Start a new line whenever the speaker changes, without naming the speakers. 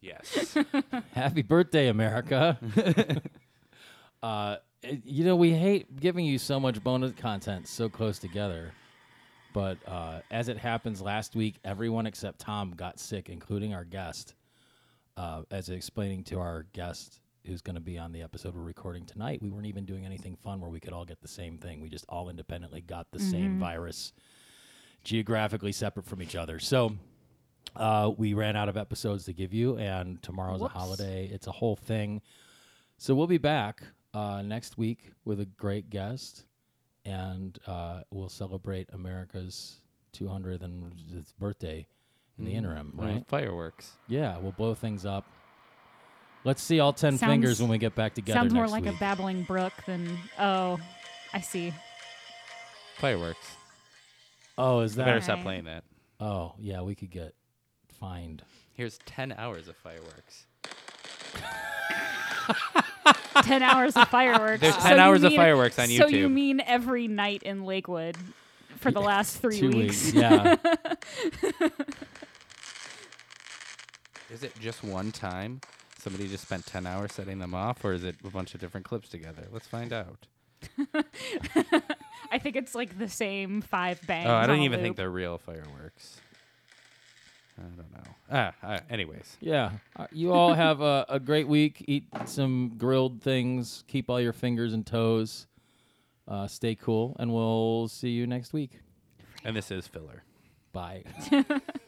Yes.
Happy birthday, America. uh, it- you know, we hate giving you so much bonus content so close together. But uh, as it happens, last week, everyone except Tom got sick, including our guest. Uh, as explaining to our guest who's going to be on the episode we're recording tonight, we weren't even doing anything fun where we could all get the same thing. We just all independently got the same virus, geographically separate from each other. So uh, we ran out of episodes to give you, and tomorrow's
Whoops.
a holiday. It's a whole thing. So we'll be back uh, next week with a great guest, and uh, we'll celebrate America's 200th and its birthday in the interim, right?
Mm, Fireworks.
Yeah, we'll blow things up. Let's see all 10
Sounds-
fingers when we get back together
Sounds more
next
like
week.
a babbling brook than oh, I see.
Fireworks.
oh, is
I better
that?
stop
Alright.
playing that.
Oh, yeah, we could get fined.
Here's 10 hours of fireworks.
Ten hours of fireworks.
There's
So
10
you
hours of
mean-
fireworks on
So you
YouTube.
mean every night in Lakewood for the last three
Two
weeks?
weeks. Yeah.
Is it just one time? Somebody just spent 10 hours setting them off, or is it a bunch of different clips together? Let's find out.
I think it's like the same five bangs.
Oh, I
on
don't
a
even think
loop.
they're real fireworks. I don't know. Ah, ah, anyways.
yeah. Uh, You all have a, a great week. Eat some grilled things. Keep all your fingers and toes. Uh, stay cool, and we'll see you next week.
And this is filler.
Bye.